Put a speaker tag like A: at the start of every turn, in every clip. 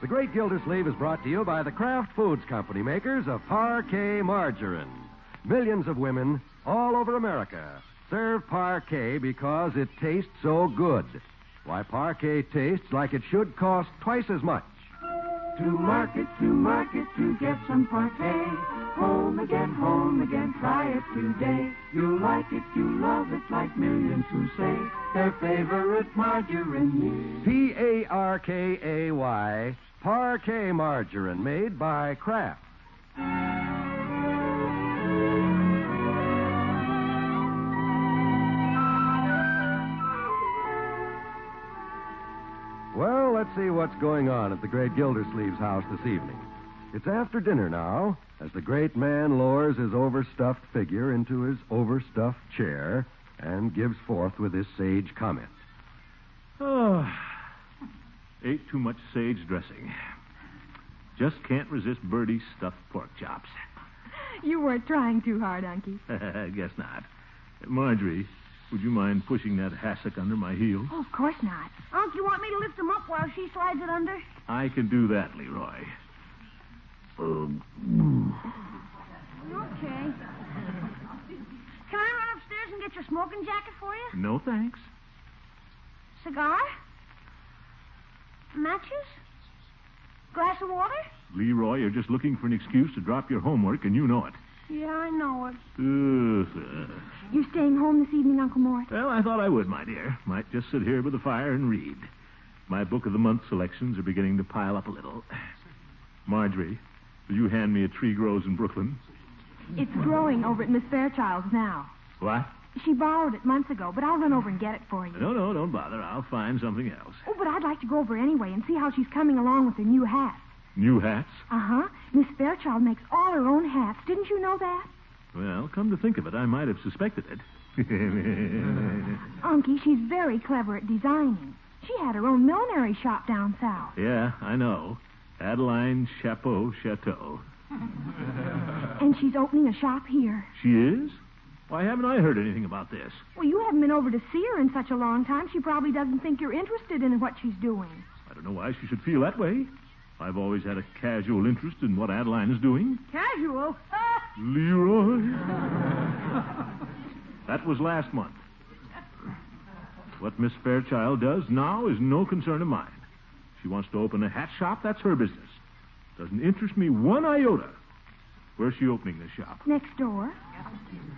A: The Great Gildersleeve is brought to you by the Kraft Foods Company, makers of Parquet Margarine. Millions of women all over America serve Parquet because it tastes so good. Why, Parquet tastes like it should cost twice as much.
B: To market, to market, to get some parquet. Home again, home again, try it today. You'll like it, you love it, like millions who say their favorite margarine.
A: P A R K A Y, Parquet Margarine, made by Kraft. Well, let's see what's going on at the great Gildersleeve's house this evening. It's after dinner now, as the great man lowers his overstuffed figure into his overstuffed chair and gives forth with his sage comment.
C: Oh, ate too much sage dressing. Just can't resist Bertie's stuffed pork chops.
D: You weren't trying too hard, Unky.
C: Guess not. Marjorie, would you mind pushing that hassock under my heel?
D: Oh, of course not.
E: Unc, you want me to lift him up while she slides it under?
C: I can do that, Leroy.
E: Okay. Can I run upstairs and get your smoking jacket for you?
C: No thanks.
E: Cigar? Matches? Glass of water?
C: Leroy, you're just looking for an excuse to drop your homework, and you know it.
E: Yeah, I know it.
C: Ugh.
D: You're staying home this evening, Uncle Mort.
C: Well, I thought I would, my dear. Might just sit here by the fire and read. My book of the month selections are beginning to pile up a little. Marjorie, will you hand me a tree grows in Brooklyn?
D: It's growing over at Miss Fairchild's now.
C: What?
D: She borrowed it months ago, but I'll run over and get it for you.
C: No, no, don't bother. I'll find something else.
D: Oh, but I'd like to go over anyway and see how she's coming along with her new hat.
C: New hats?
D: Uh huh. Miss Fairchild makes all her own hats. Didn't you know that?
C: Well, come to think of it, I might have suspected it.
D: Unky, she's very clever at designing. She had her own millinery shop down south.
C: yeah, I know. Adeline Chapeau Chateau.
D: And she's opening a shop here.
C: She is? Why haven't I heard anything about this?
D: Well, you haven't been over to see her in such a long time. She probably doesn't think you're interested in what she's doing.
C: I don't know why she should feel that way. I've always had a casual interest in what Adeline is doing.
E: Casual?
C: Leroy. that was last month. What Miss Fairchild does now is no concern of mine. She wants to open a hat shop, that's her business. Doesn't interest me one iota. Where's she opening this shop?
D: Next door,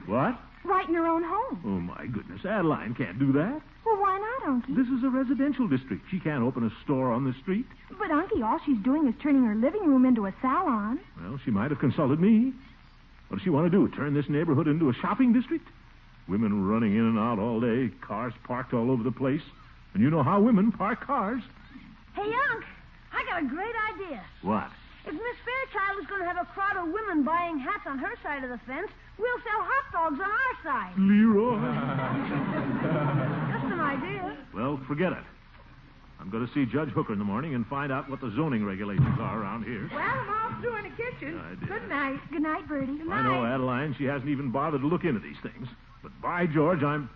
C: What?
D: right in her own home.
C: Oh, my goodness. Adeline can't do that.
D: Well, why not, Unky?
C: This is a residential district. She can't open a store on the street.
D: But, Unky, all she's doing is turning her living room into a salon.
C: Well, she might have consulted me. What does she want to do? Turn this neighborhood into a shopping district? Women running in and out all day, cars parked all over the place. And you know how women park cars.
E: Hey, Unc, I got a great idea.
C: What?
E: If Miss Fairchild is going to have a crowd of women buying hats on her side of the fence, we'll sell hot dogs on our side.
C: Leroy.
E: Just an idea.
C: Well, forget it. I'm going to see Judge Hooker in the morning and find out what the zoning regulations are around here.
E: Well, I'm all through in the kitchen.
C: I did.
D: night. Good night, Bertie. Good
C: I know Adeline. She hasn't even bothered to look into these things. But by George, I'm.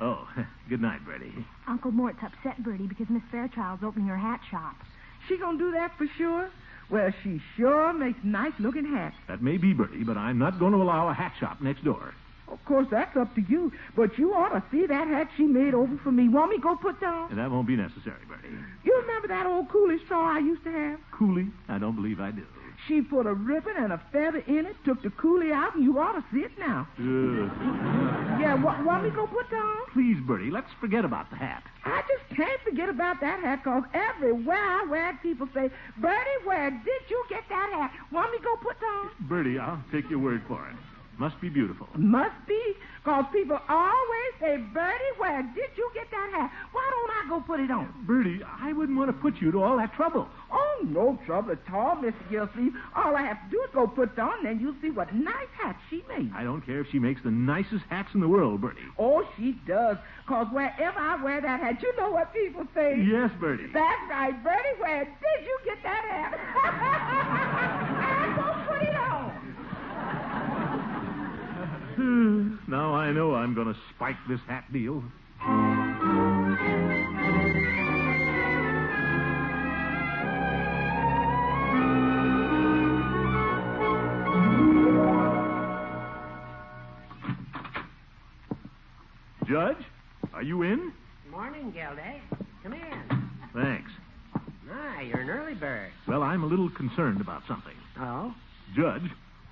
C: Oh, good night, Bertie.
D: Uncle Mort's upset, Bertie, because Miss Fairchild's opening her hat shop.
F: She gonna do that for sure? Well, she sure makes nice looking hats.
C: That may be Bertie, but I'm not going to allow a hat shop next door.
F: Of course, that's up to you. But you ought to see that hat she made over for me. Want me go put down?
C: And that won't be necessary, Bertie.
F: You remember that old coolie straw I used to have?
C: Cooley? I don't believe I do.
F: She put a ribbon and a feather in it, took the coolie out, and you ought to see it now. Yeah, wa- want me go put down?
C: please, Bertie, let's forget about the hat.
F: I just can't forget about that hat, 'cause everywhere I wear it, people say, Bertie, where did you get that hat? Want me go put down?
C: Bertie, I'll take your word for it. Must be beautiful.
F: Must be, because people always say, Bertie, where did you get that hat? Why don't I go put it on?
C: Bertie, I wouldn't want to put you to all that trouble.
F: Oh, no trouble at all, Mr. Gillsleeve. All I have to do is go put it on, and you'll see what nice hat she made.
C: I don't care if she makes the nicest hats in the world, Bertie.
F: Oh, she does, because wherever I wear that hat, you know what people say.
C: Yes, Bertie.
F: That's right, Bertie, where did you get that hat? I'm going to put it on.
C: now I know I'm going to spike this hat deal. Judge, are you in?
G: Morning, Gilday. Come in.
C: Thanks.
G: Ah, you're an early bird.
C: Well, I'm a little concerned about something.
G: Oh?
C: Judge,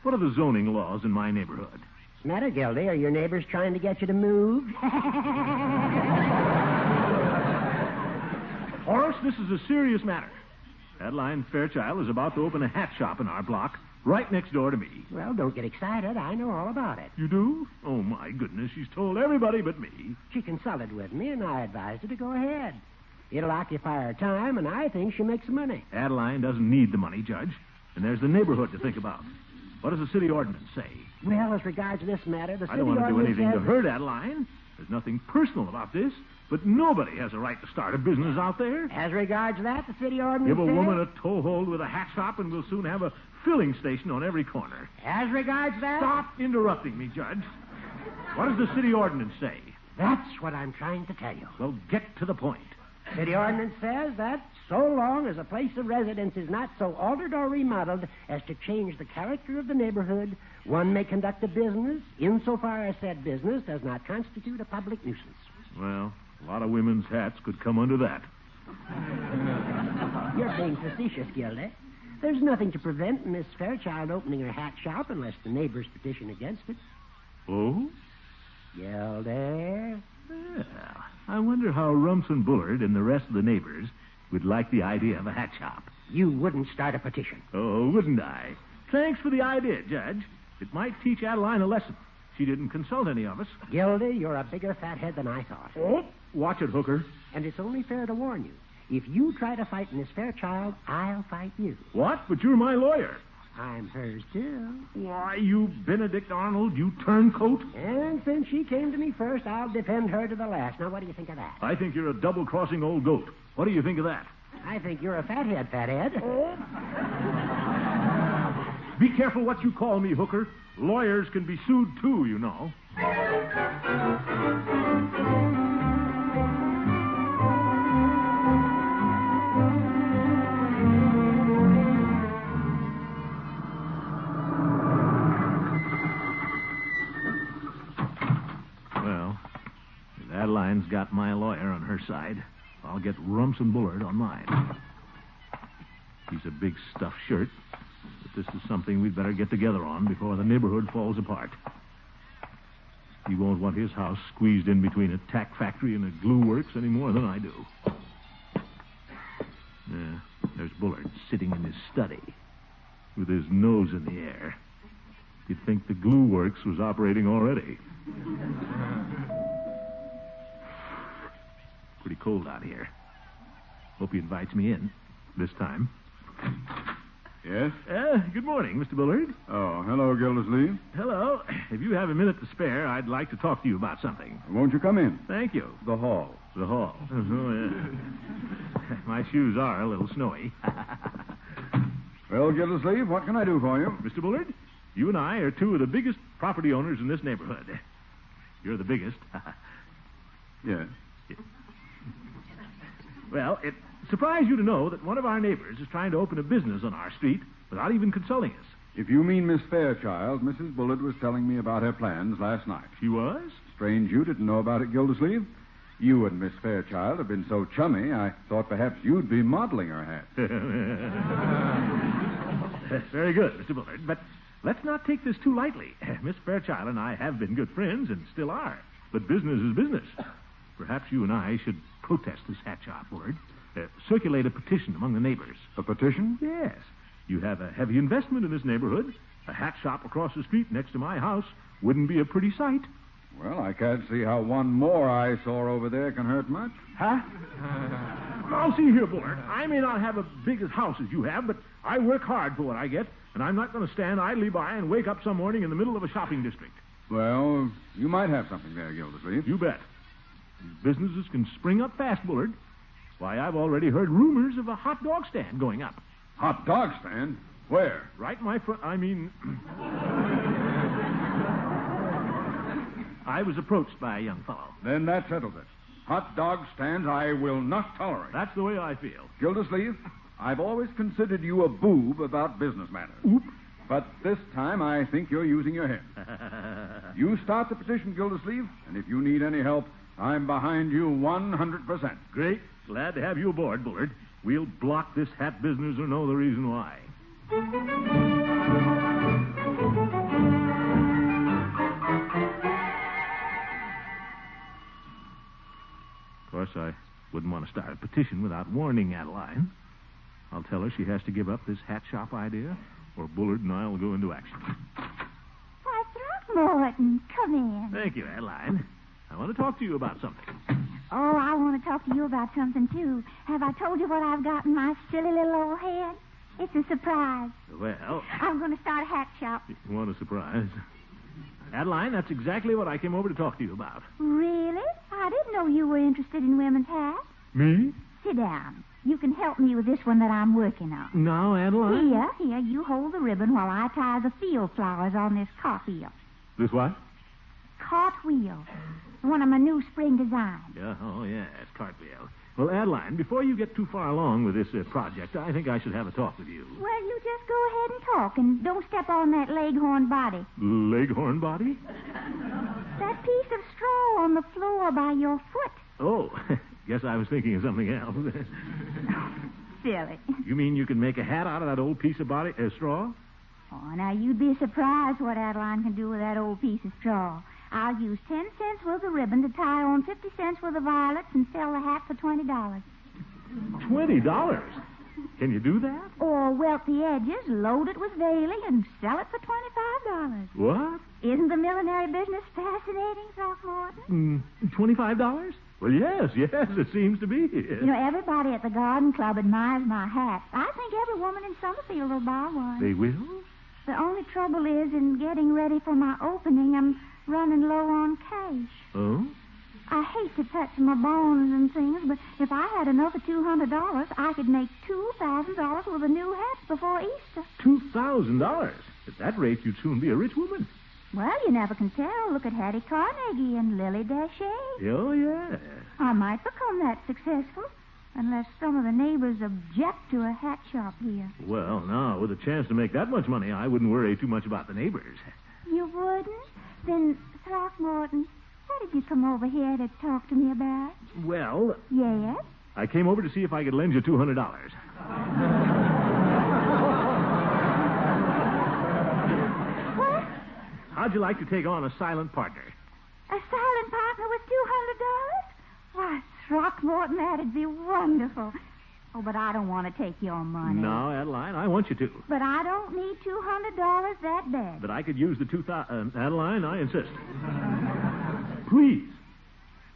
C: what are the zoning laws in my neighborhood?
G: What's the matter, Gilday? Are your neighbors trying to get you to move?
C: Horace, this is a serious matter. Adeline Fairchild is about to open a hat shop in our block, right next door to me.
G: well, don't get excited. I know all about it.
C: You do? Oh, my goodness, she's told everybody but me.
G: She consulted with me, and I advised her to go ahead. It'll occupy her time, and I think she makes money.
C: Adeline doesn't need the money, Judge. And there's the neighborhood to think about. What does the city ordinance say?
G: Well, as regards this matter, the
C: I
G: city
C: don't want to do
G: ordinance
C: anything to
G: says-
C: hurt Adeline. There's nothing personal about this, but nobody has a right to start a business out there.
G: As regards that, the city ordinance
C: Give a
G: says-
C: woman a toehold with a hat shop, and we'll soon have a filling station on every corner.
G: As regards that...
C: Stop interrupting me, Judge. What does the city ordinance say?
G: That's what I'm trying to tell you.
C: Well, get to the point.
G: City ordinance says that so long as a place of residence is not so altered or remodeled as to change the character of the neighborhood, one may conduct a business insofar as said business does not constitute a public nuisance.
C: Well, a lot of women's hats could come under that.
G: You're being facetious, Gilda. There's nothing to prevent Miss Fairchild opening her hat shop unless the neighbors petition against it.
C: Oh?
G: Gilda,
C: Yeah. I wonder how Rumson Bullard and the rest of the neighbors would like the idea of a hat shop.
G: you wouldn't start a petition.
C: Oh, wouldn't I? Thanks for the idea, Judge. It might teach Adeline a lesson. She didn't consult any of us.
G: Gilda, you're a bigger fathead than I thought.
C: Oh, watch it, Hooker.
G: And it's only fair to warn you. If you try to fight Miss Fairchild, I'll fight you.
C: What? But you're my lawyer.
G: I'm hers, too.
C: Why, you Benedict Arnold, you turncoat.
G: And since she came to me first, I'll defend her to the last. Now, what do you think of that?
C: I think you're a double-crossing old goat. What do you think of that?
G: I think you're a fathead,
C: Eh?
G: fathead.
C: Be careful what you call me, Hooker. Lawyers can be sued, too, you know. Well, if Adeline's got my lawyer on her side, I'll get Rumson Bullard on mine. He's a big stuff shirt, but this is something we'd better get together on before the neighborhood falls apart. He won't want his house squeezed in between a tack factory and a glue works any more than I do. Yeah, there's Bullard sitting in his study with his nose in the air. You'd think the glue works was operating already. Pretty cold out here. Hope he invites me in this time.
H: Yes?
C: Uh, good morning, Mr. Bullard.
H: Oh, hello, Gildersleeve.
C: Hello. If you have a minute to spare, I'd like to talk to you about something.
H: Won't you come in?
C: Thank you.
H: The hall.
C: The hall. Oh, yeah. My shoes are a little snowy.
H: Well, Gildersleeve, what can I do for you?
C: Mr. Bullard, you and I are two of the biggest property owners in this neighborhood. You're the biggest.
H: Yes.
C: well, it surprised you to know that one of our neighbors is trying to open a business on our street without even consulting us.
H: If you mean Miss Fairchild, Mrs. Bullard was telling me about her plans last night.
C: She was?
H: Strange you didn't know about it, Gildersleeve. You and Miss Fairchild have been so chummy, I thought perhaps you'd be modeling her hat.
C: Very good, Mr. Bullard. But let's not take this too lightly. Miss Fairchild and I have been good friends and still are. But business is business. Perhaps you and I should protest this hat shop, Bullard. Uh, circulate a petition among the neighbors.
H: A petition?
C: Yes. You have a heavy investment in this neighborhood, A hat shop across the street next to my house wouldn't be a pretty sight.
H: Well, I can't see how one more eyesore over there can hurt much.
C: Huh? Now, see here, Bullard. I may not have as big a house as you have, but I work hard for what I get, and I'm not going to stand idly by and wake up some morning in the middle of a shopping district.
H: Well, you might have something there, Gildersleeve.
C: You bet. These businesses can spring up fast, Bullard. Why, I've already heard rumors of a hot dog stand going up.
H: Hot dog stand? Where?
C: Right in my front. I mean. I was approached by a young fellow.
H: Then that settles it. Hot dog stands I will not tolerate.
C: That's the way I feel.
H: Gildersleeve, I've always considered you a boob about business matters.
C: Oop.
H: But this time I think you're using your head. You start the petition, Gildersleeve, and if you need any help, I'm behind you 100%.
C: Great. Glad to have you aboard, Bullard. We'll block this hat business or know the reason why.
A: Oh,
C: Of course, I wouldn't want to start a petition without warning Adeline. I'll tell her she has to give up this hat shop idea, or Bullard and I'll go into action.
I: Why, Throckmorton, come in.
C: Thank you, Adeline. I want to talk to you about something.
I: Oh, I want to talk to you about something, too. Have I told you what I've got in my silly little old head? It's a surprise.
C: Well,
I: I'm going to start a hat shop.
C: what a surprise. Adeline, that's exactly what I came over to talk to you about.
I: Really? I didn't know you were interested in women's hats.
C: Me?
I: Sit down. You can help me with this one that I'm working on.
C: No, Adeline.
I: Here, here, you hold the ribbon while I tie the field flowers on this cartwheel.
C: This what?
I: Cartwheel. One of my new spring designs.
C: Yeah, oh, yes, cartwheel. Well, Adeline, before you get too far along with this uh, project, I think I should have a talk with you.
I: Well, you just go ahead and talk and don't step on that leghorn body.
C: Leghorn body?
I: That piece of straw on the floor by your foot.
C: Oh, guess I was thinking of something else.
I: Silly.
C: you mean you can make a hat out of that old piece of body uh, straw?
I: Oh, now you'd be surprised what Adeline can do with that old piece of straw. I'll use ten cents worth of ribbon to tie on fifty cents worth of violets and sell the hat for twenty dollars.
C: Twenty dollars. Can you do that?
I: Or welt the edges, load it with veiling, and sell it for twenty-five dollars.
C: What?
I: Isn't the millinery business fascinating, Throckmorton?
C: Mm, Twenty-five dollars? Well, yes, yes, it seems to be.
I: You know, everybody at the garden club admires my hat. I think every woman in Summerfield will buy one.
C: They will?
I: The only trouble is, in getting ready for my opening, I'm running low on cash.
C: Oh?
I: I hate to touch my bones and things, but if I had another two hundred dollars, I could make two thousand dollars with a new hat before Easter.
C: Two thousand dollars. At that rate, you'd soon be a rich woman.
I: Well, you never can tell. Look at Hattie Carnegie and Lily Dashay.
C: Oh yes.
I: I might become that successful, unless some of the neighbors object to a hat shop here.
C: Well, now with a chance to make that much money, I wouldn't worry too much about the neighbors.
I: You wouldn't? Then, Throckmorton, what did you come over here to talk to me about?
C: Well,
I: Yes?
C: I came over to see if I could lend you two hundred dollars.
I: What?
C: How'd you like to take on a silent partner?
I: A silent partner with two hundred dollars? Why, Throckmorton, that'd be wonderful. Oh, but I don't want to take your money.
C: No, Adeline, I want you to.
I: But I don't need two hundred dollars that bad.
C: But I could use the two thousand. Adeline, I insist. Please.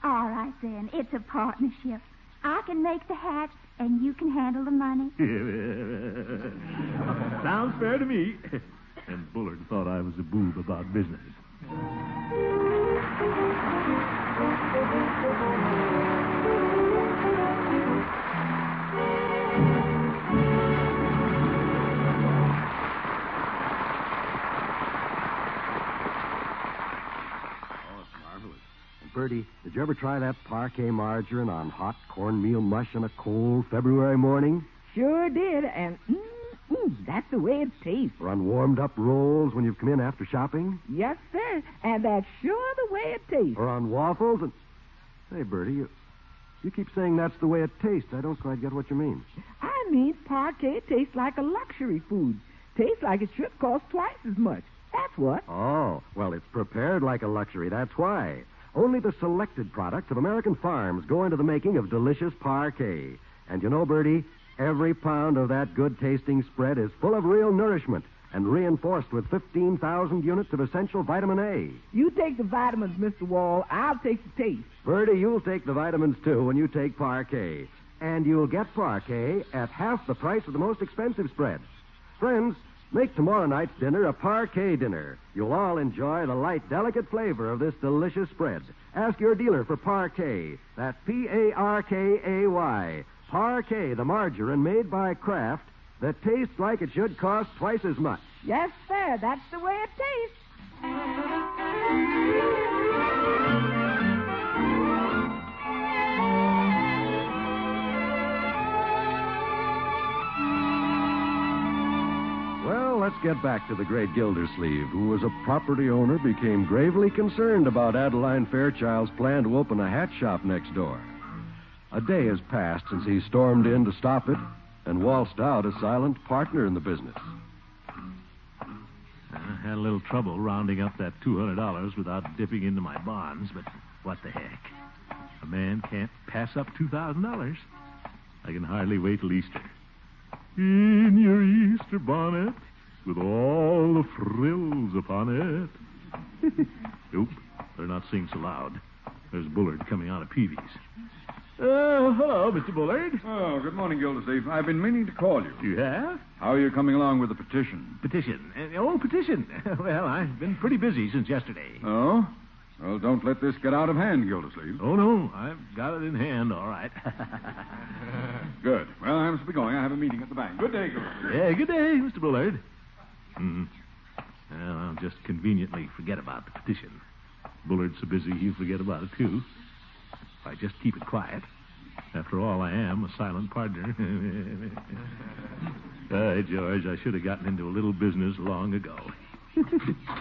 I: All right then, it's a partnership. I can make the hat, and you can handle the money.
C: Sounds fair to me. And Bullard thought I was a boob about business.
A: Oh, it's marvelous. And Bertie, did you ever try that parquet margarine on hot cornmeal mush on a cold February morning?
F: Sure did, and mm, mm, that's the way it tastes.
A: Or on warmed up rolls when you've come in after shopping?
F: Yes, sir, and that's sure the way it tastes.
A: Or on waffles and. Hey, Bertie, you, you keep saying that's the way it tastes. I don't quite get what you mean.
F: I mean, parquet tastes like a luxury food. Tastes like it should cost twice as much. That's what.
A: Oh, well, it's prepared like a luxury. That's why. Only the selected products of American farms go into the making of delicious parquet. And you know, Bertie, every pound of that good tasting spread is full of real nourishment and reinforced with 15,000 units of essential vitamin A.
F: You take the vitamins, Mr. Wall. I'll take the taste.
A: Bertie, you'll take the vitamins too when you take Parquet. And you'll get Parquet at half the price of the most expensive spread. Friends, make tomorrow night's dinner a Parquet dinner. You'll all enjoy the light, delicate flavor of this delicious spread. Ask your dealer for Parquet. That's P A R K A Y. Parquet, the margarine made by Kraft that tastes like it should cost twice as much.
F: Yes, sir. That's the way it tastes.
A: Well, let's get back to the great Gildersleeve, who as a property owner became gravely concerned about Adeline Fairchild's plan to open a hat shop next door. A day has passed since he stormed in to stop it and waltzed out a silent partner in the business.
C: I had a little trouble rounding up that $200 without dipping into my bonds, but what the heck? A man can't pass up $2,000. I can hardly wait till Easter. In your Easter bonnet, with all the frills upon it. nope, better not sing so loud. There's Bullard coming out of Peavy's. Uh, hello, Mr. Bullard.
H: Oh, good morning, Gildersleeve. I've been meaning to call you.
C: You have?
H: How are you coming along with the petition?
C: Petition. Uh, oh, petition. well, I've been pretty busy since yesterday.
H: Oh? Well, don't let this get out of hand, Gildersleeve.
C: Oh, no. I've got it in hand, all right.
H: Good. Well, I must be going. I have a meeting at the bank. Good day, Gildersleeve.
C: yeah, good day, Mr. Bullard. Hmm. Well, I'll just conveniently forget about the petition. Bullard's so busy he'll forget about it, too. If I just keep it quiet. After all, I am a silent partner. By George, I should have gotten into a little business long ago.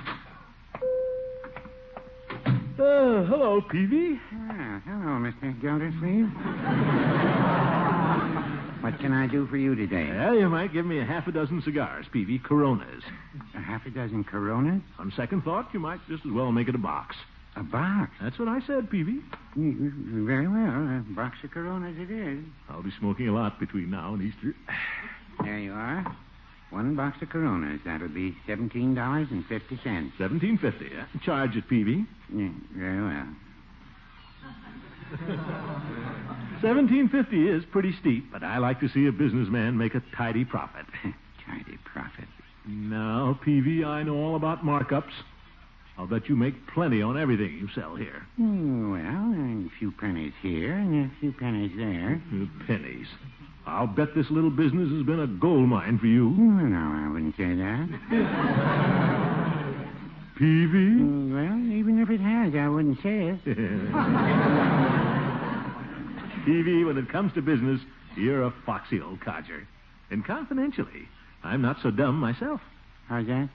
C: Uh, hello, Peavy.
J: Ah, hello, Mr. Gildersleeve. what can I do for you today?
C: Well, you might give me a half a dozen cigars, Peavy. Coronas.
J: A half a dozen Coronas?
C: On second thought, you might just as well make it a box.
J: A box?
C: That's what I said, Peavy.
J: Mm, Very well. A box of Coronas it is.
C: I'll be smoking a lot between now and Easter.
J: There you are. One box of Coronas. That'll be $17.50.
C: Seventeen fifty. Charge it, Peavy.
J: Yeah, very well.
C: Seventeen fifty is pretty steep, but I like to see a businessman make a tidy profit.
J: Tidy profit.
C: now, Peavy, I know all about markups. I'll bet you make plenty on everything you sell here.
J: Hmm, well, a few pennies here and a few pennies there.
C: Uh, Pennies. I'll bet this little business has been a gold mine for you.
J: Well, Oh, no, I wouldn't say that.
C: Peavy?
J: Mm, Well, even if it has, I wouldn't say it.
C: Peavy, when it comes to business, you're a foxy old codger. And confidentially, I'm not so dumb myself.
J: How's that?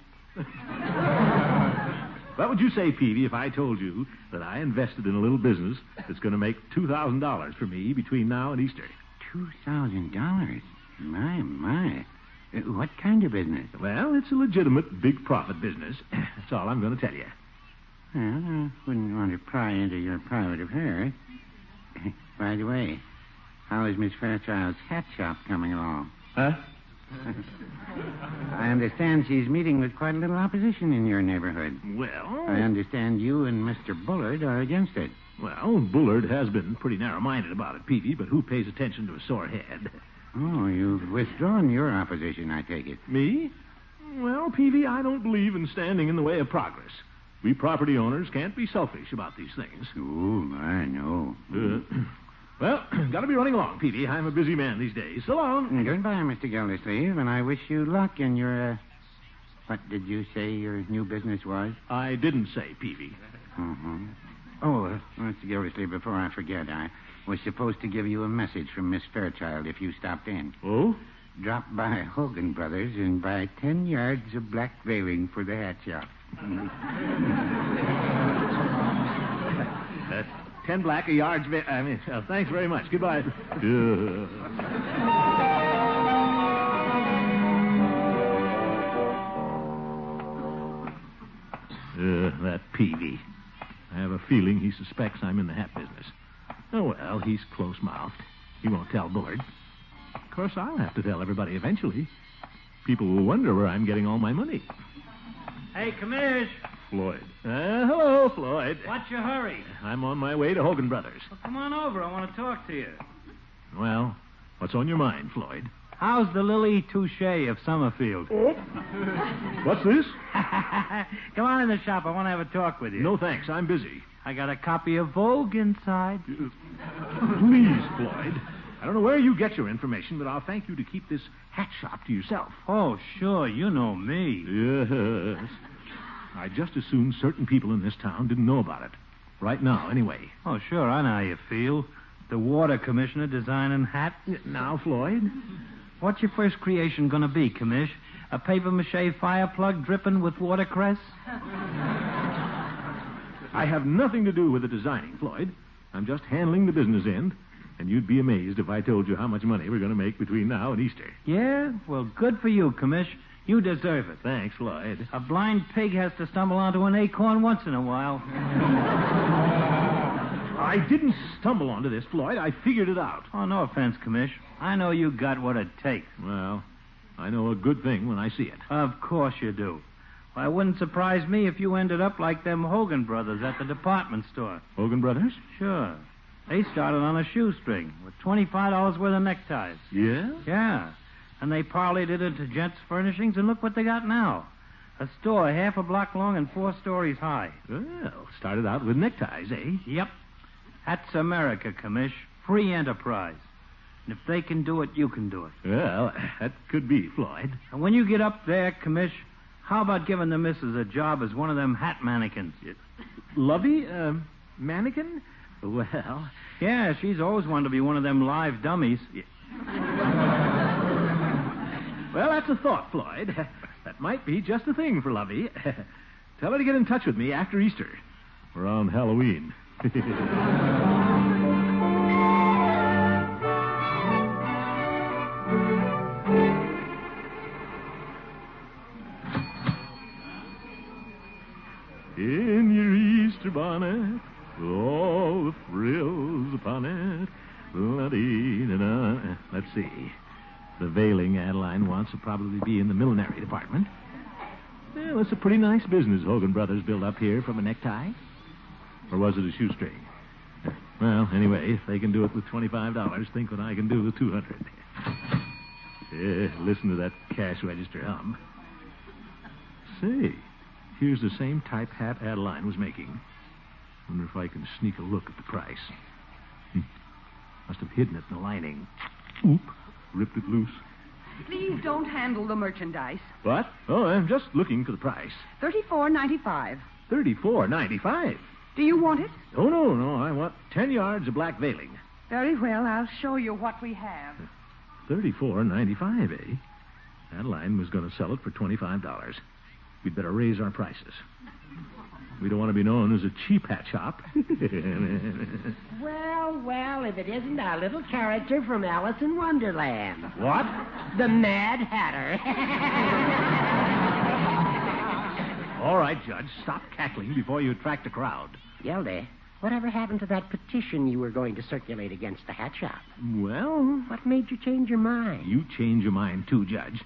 C: What would you say, Peavy, if I told you that I invested in a little business that's going to make $2,000 for me between now and Easter?
J: Two thousand dollars. My, my. Uh, What kind of business?
C: Well, it's a legitimate big profit business. That's all I'm going to tell you.
J: Well, I wouldn't want to pry into your private affairs. By the way, how is Miss Fairchild's hat shop coming along?
C: Huh?
J: I understand she's meeting with quite a little opposition in your neighborhood.
C: Well,
J: I understand you and Mr. Bullard are against it.
C: well, Bullard has been pretty narrow-minded about it, Peavy, but who pays attention to a sore head?
J: Oh, you've withdrawn your opposition, I take it.
C: Me? Well, Peavy, I don't believe in standing in the way of progress. We property owners can't be selfish about these things.
J: Oh, my, no.
C: Uh, well, got to be running along, Peavy. I'm a busy man these days. So long.
J: Mm, Goodbye, Mr. Gildersleeve, and I wish you luck in your, uh... What did you say your new business was?
C: I didn't say, Peavy.
J: Mm-hmm. Oh, uh, Mr. Gildersleeve, before I forget, I was supposed to give you a message from Miss Fairchild if you stopped in.
C: Oh?
J: Drop by Hogan Brothers and buy ten yards of black veiling for the hat shop.
C: Uh, ten black a yard. I mean, uh, thanks very much. Goodbye. Uh, that Peavy. I have a feeling he suspects I'm in the hat business. Oh, well, he's close mouthed. He won't tell Bullard. Of course, I'll have to tell everybody eventually. People will wonder where I'm getting all my money.
K: Hey, Commish,
C: Floyd. Uh, hello, Floyd.
K: what's your hurry?
C: I'm on my way to Hogan Brothers.
K: Well, come on over. I want to talk to you.
C: Well, what's on your mind, Floyd?
L: How's the Lily Touche of Summerfield?
C: What's this?
L: Come on in the shop. I want to have a talk with you.
C: No, thanks. I'm busy.
L: I got a copy of Vogue inside.
C: Please, Floyd. I don't know where you get your information, but I'll thank you to keep this hat shop to yourself.
L: Oh, sure. You know me.
C: Yes. I just assumed certain people in this town didn't know about it. Right now, anyway.
L: Oh, sure. I know how you feel. The water commissioner designing hat.
C: Now, Floyd.
L: What's your first creation going to be, Commish? A paper mache fire plug dripping with watercress?
C: I have nothing to do with the designing, Floyd. I'm just handling the business end, and you'd be amazed if I told you how much money we're going to make between now and Easter.
L: Yeah? Well, good for you, Commish. You deserve it.
C: Thanks, Floyd.
L: A blind pig has to stumble onto an acorn once in a while.
C: I didn't stumble onto this, Floyd. I figured it out.
L: Oh, no offense, Commish. I know you got what it takes.
C: Well, I know a good thing when I see it.
L: Of course you do. Why, it wouldn't surprise me if you ended up like them Hogan brothers at the department store.
C: Hogan Brothers?
L: Sure. They started on a shoestring with $25 worth of neckties.
C: Yeah?
L: Yeah. And they parlayed it into Jets Furnishings, and look what they got now. A store half a block long and four stories high.
C: Well, started out with neckties, eh?
L: Yep. That's America, Commish. Free enterprise. And if they can do it, you can do it.
C: Well, that could be, Floyd.
L: And when you get up there, Commish, how about giving the missus a job as one of them hat mannequins?
C: Lovey, um, mannequin? Well,
L: Yeah, she's always wanted to be one of them live dummies.
C: well, that's a thought, Floyd. That might be just the thing for Lovey. Tell her to get in touch with me after Easter. Around Halloween. In your Easter bonnet, with all the frills upon it. La-dee-da-da. Let's see. The veiling Adeline wants will probably be in the millinery department. Well, it's a pretty nice business Hogan Brothers built up here from a necktie. Or was it a shoestring? Well, anyway, if they can do it with $25, think what I can do with 200 Yeah, listen to that cash register hum. Say, here's the same type hat Adeline was making. Wonder if I can sneak a look at the price. Hmm. Must have hidden it in the lining. Oop, ripped it loose.
M: Please don't handle the merchandise.
C: What? Oh, I'm just looking for the price.
M: Thirty-four ninety-five.
C: Thirty-four ninety-five.
M: Do you want it?
C: Oh no, no, I want ten yards of black veiling.
M: Very well. I'll show you what we have.
C: Thirty-four ninety-five, eh? Adeline was going to sell it for twenty-five dollars. We'd better raise our prices. We don't want to be known as a cheap hat shop.
G: Well, well, if it isn't our little character from Alice in Wonderland.
C: what?
G: The Mad Hatter.
C: All right, Judge, stop cackling before you attract a crowd.
G: Yelde, whatever happened to that petition you were going to circulate against the hat shop?
C: Well,
G: What made you change your mind?
C: you change your mind too, Judge.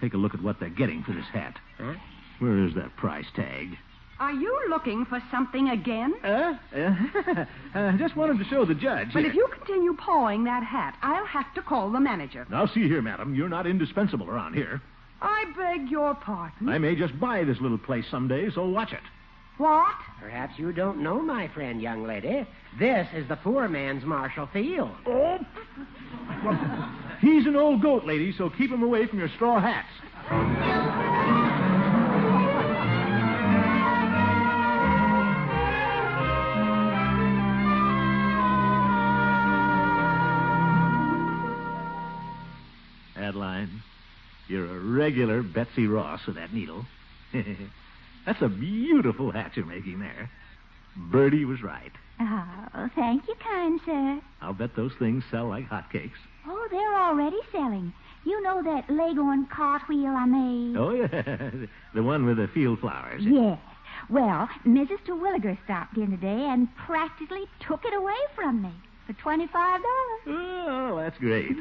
C: Take a look at what they're getting for this hat.
G: Huh?
C: Where is that price tag?
M: Are you looking for something again?
C: Uh, uh,
G: Uh-huh.
C: I just wanted to show the judge.
M: But
C: here.
M: if you continue pawing that hat, I'll have to call the manager.
C: Now, see here, madam, you're not indispensable around here.
M: I beg your
G: Hmm?
M: pardon.
C: I may just buy this little place someday, so watch it.
M: What?
G: Perhaps you don't know, my friend, young lady. This is the poor man's Marshall Field.
C: Oh! He's an old goat, lady, so keep him away from your straw hats. Adeline, you're a regular Betsy Ross with that needle. That's a beautiful hat you're making there. Bertie was right.
I: Oh, thank you, kind sir.
C: I'll bet those things sell like hotcakes.
I: Oh, they're already selling. You know that Leghorn cartwheel I made?
C: Oh, yeah. The one with the field flowers.
I: Yes. Well, Mrs. Terwilliger stopped in today and practically took it away from me for $25.
C: Oh, that's great.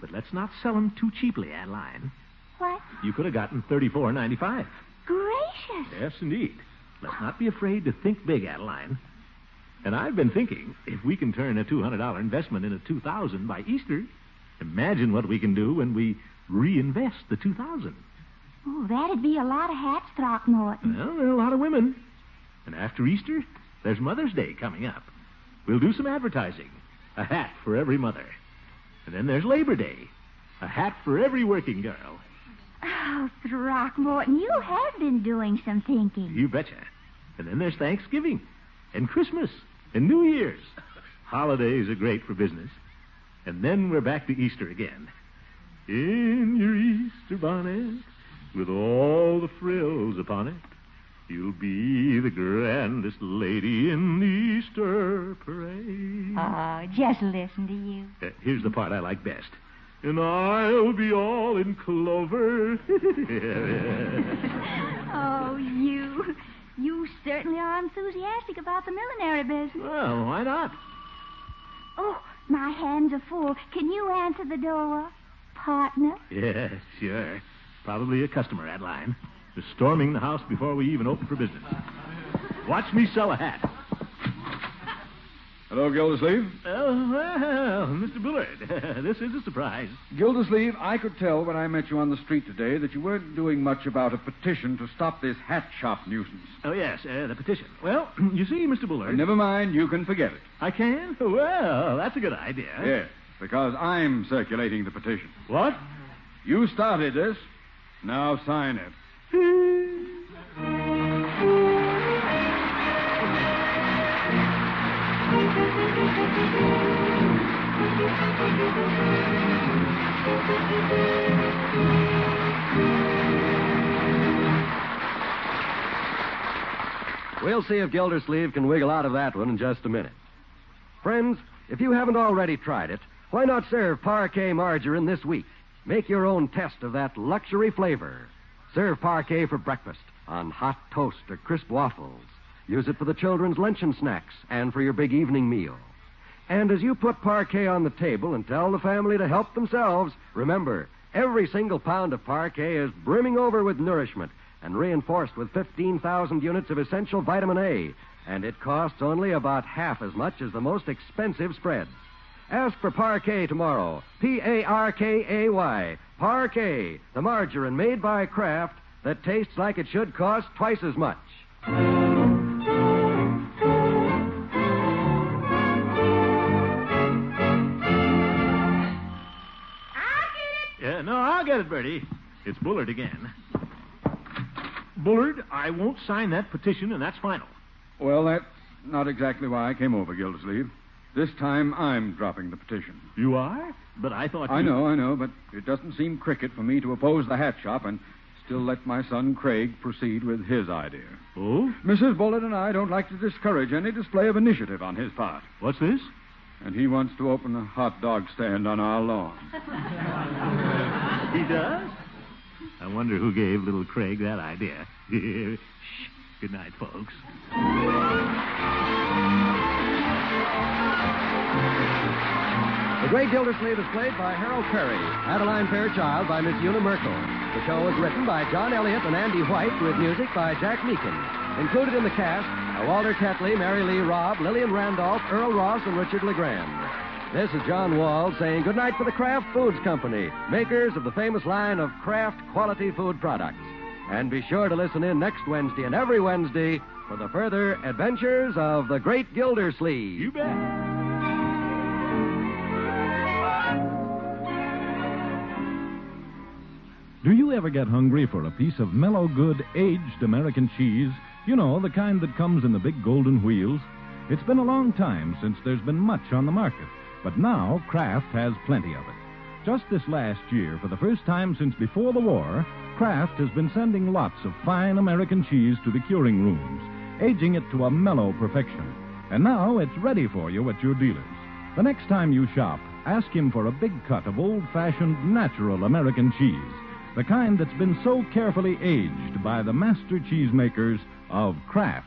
C: But let's not sell them too cheaply, Adeline.
I: What?
C: You could have gotten thirty-four ninety-five.
I: Gracious.
C: Yes, indeed. Let's not be afraid to think big, Adeline. And I've been thinking, if we can turn a two hundred dollar investment into two thousand by Easter, imagine what we can do when we reinvest the two thousand.
I: Oh, that'd be a lot of hats, Throckmorton.
C: Well, there are a lot of women. And after Easter, there's Mother's Day coming up. We'll do some advertising. A hat for every mother. And then there's Labor Day. A hat for every working girl.
I: Oh, Throckmorton, you have been doing some thinking.
C: You betcha. And then there's Thanksgiving, and Christmas, and New Year's. Holidays are great for business. And then we're back to Easter again. In your Easter bonnet, with all the frills upon it, you'll be the grandest lady in the Easter parade.
I: Oh, just listen to you.
C: Uh, here's the part I like best. And I'll be all in clover.
I: Oh, you. You certainly are enthusiastic about the millinery business.
C: well, why not?
I: Oh, my hands are full. Can you answer the door, partner?
C: Yeah, sure. Probably a customer, Adeline. They're storming the house before we even open for business. Watch me sell a hat.
H: Hello, Gildersleeve.
C: Oh, well, Mr. Bullard, this is a surprise.
H: Gildersleeve, I could tell when I met you on the street today that you weren't doing much about a petition to stop this hat shop nuisance.
C: Oh, yes, uh, the petition. Well, you see, Mr. Bullard.
H: never mind, you can forget it.
C: I can? Well, that's a good idea.
H: Yes, because I'm circulating the petition.
C: What?
H: You started this. Now sign it.
A: We'll see if Gildersleeve can wiggle out of that one in just a minute. Friends, if you haven't already tried it, why not serve parquet margarine this week? Make your own test of that luxury flavor. Serve parquet for breakfast on hot toast or crisp waffles. Use it for the children's luncheon snacks and for your big evening meal. And as you put parquet on the table and tell the family to help themselves, remember, every single pound of parquet is brimming over with nourishment and reinforced with 15,000 units of essential vitamin A, and it costs only about half as much as the most expensive spreads. Ask for Parquet tomorrow. P A R K A Y. Parquet, the margarine made by Kraft that tastes like it should cost twice as much.
C: Yeah, no, I'll get it, Bertie. It's Bullard again. Bullard, I won't sign that petition, and that's final.
H: Well, that's not exactly why I came over, Gildersleeve. This time I'm dropping the petition.
C: You are? But I thought.
H: I
C: you-
H: know, I know, but it doesn't seem cricket for me to oppose the hat shop and still let my son Craig proceed with his idea.
C: Oh?
H: Mrs. Bullard and I don't like to discourage any display of initiative on his part.
C: What's this?
H: And he wants to open a hot dog stand on our lawn.
C: He does? I wonder who gave little Craig that idea. Shh. Good night, folks.
A: The Great Gildersleeve is played by Harold Perry, Adeline Fairchild by Miss Una Merkel. The show was written by John Elliott and Andy White with music by Jack Meakin. Included in the cast are Walter Tetley, Mary Lee Robb, Lillian Randolph, Earl Ross, and Richard LeGrand. This is John Wall saying goodnight for the Kraft Foods Company, makers of the famous line of Kraft quality food products. And be sure to listen in next Wednesday and every Wednesday for the further adventures of the Great Gildersleeve. You
C: bet.
N: Do you ever get hungry for a piece of mellow good aged American cheese? You know, the kind that comes in the big golden wheels. It's been a long time since there's been much on the market, but now Kraft has plenty of it. Just this last year, for the first time since before the war, Kraft has been sending lots of fine American cheese to the curing rooms, aging it to a mellow perfection. And now it's ready for you at your dealer's. The next time you shop, ask him for a big cut of old fashioned natural American cheese the kind that's been so carefully aged by the master cheesemakers of Kraft.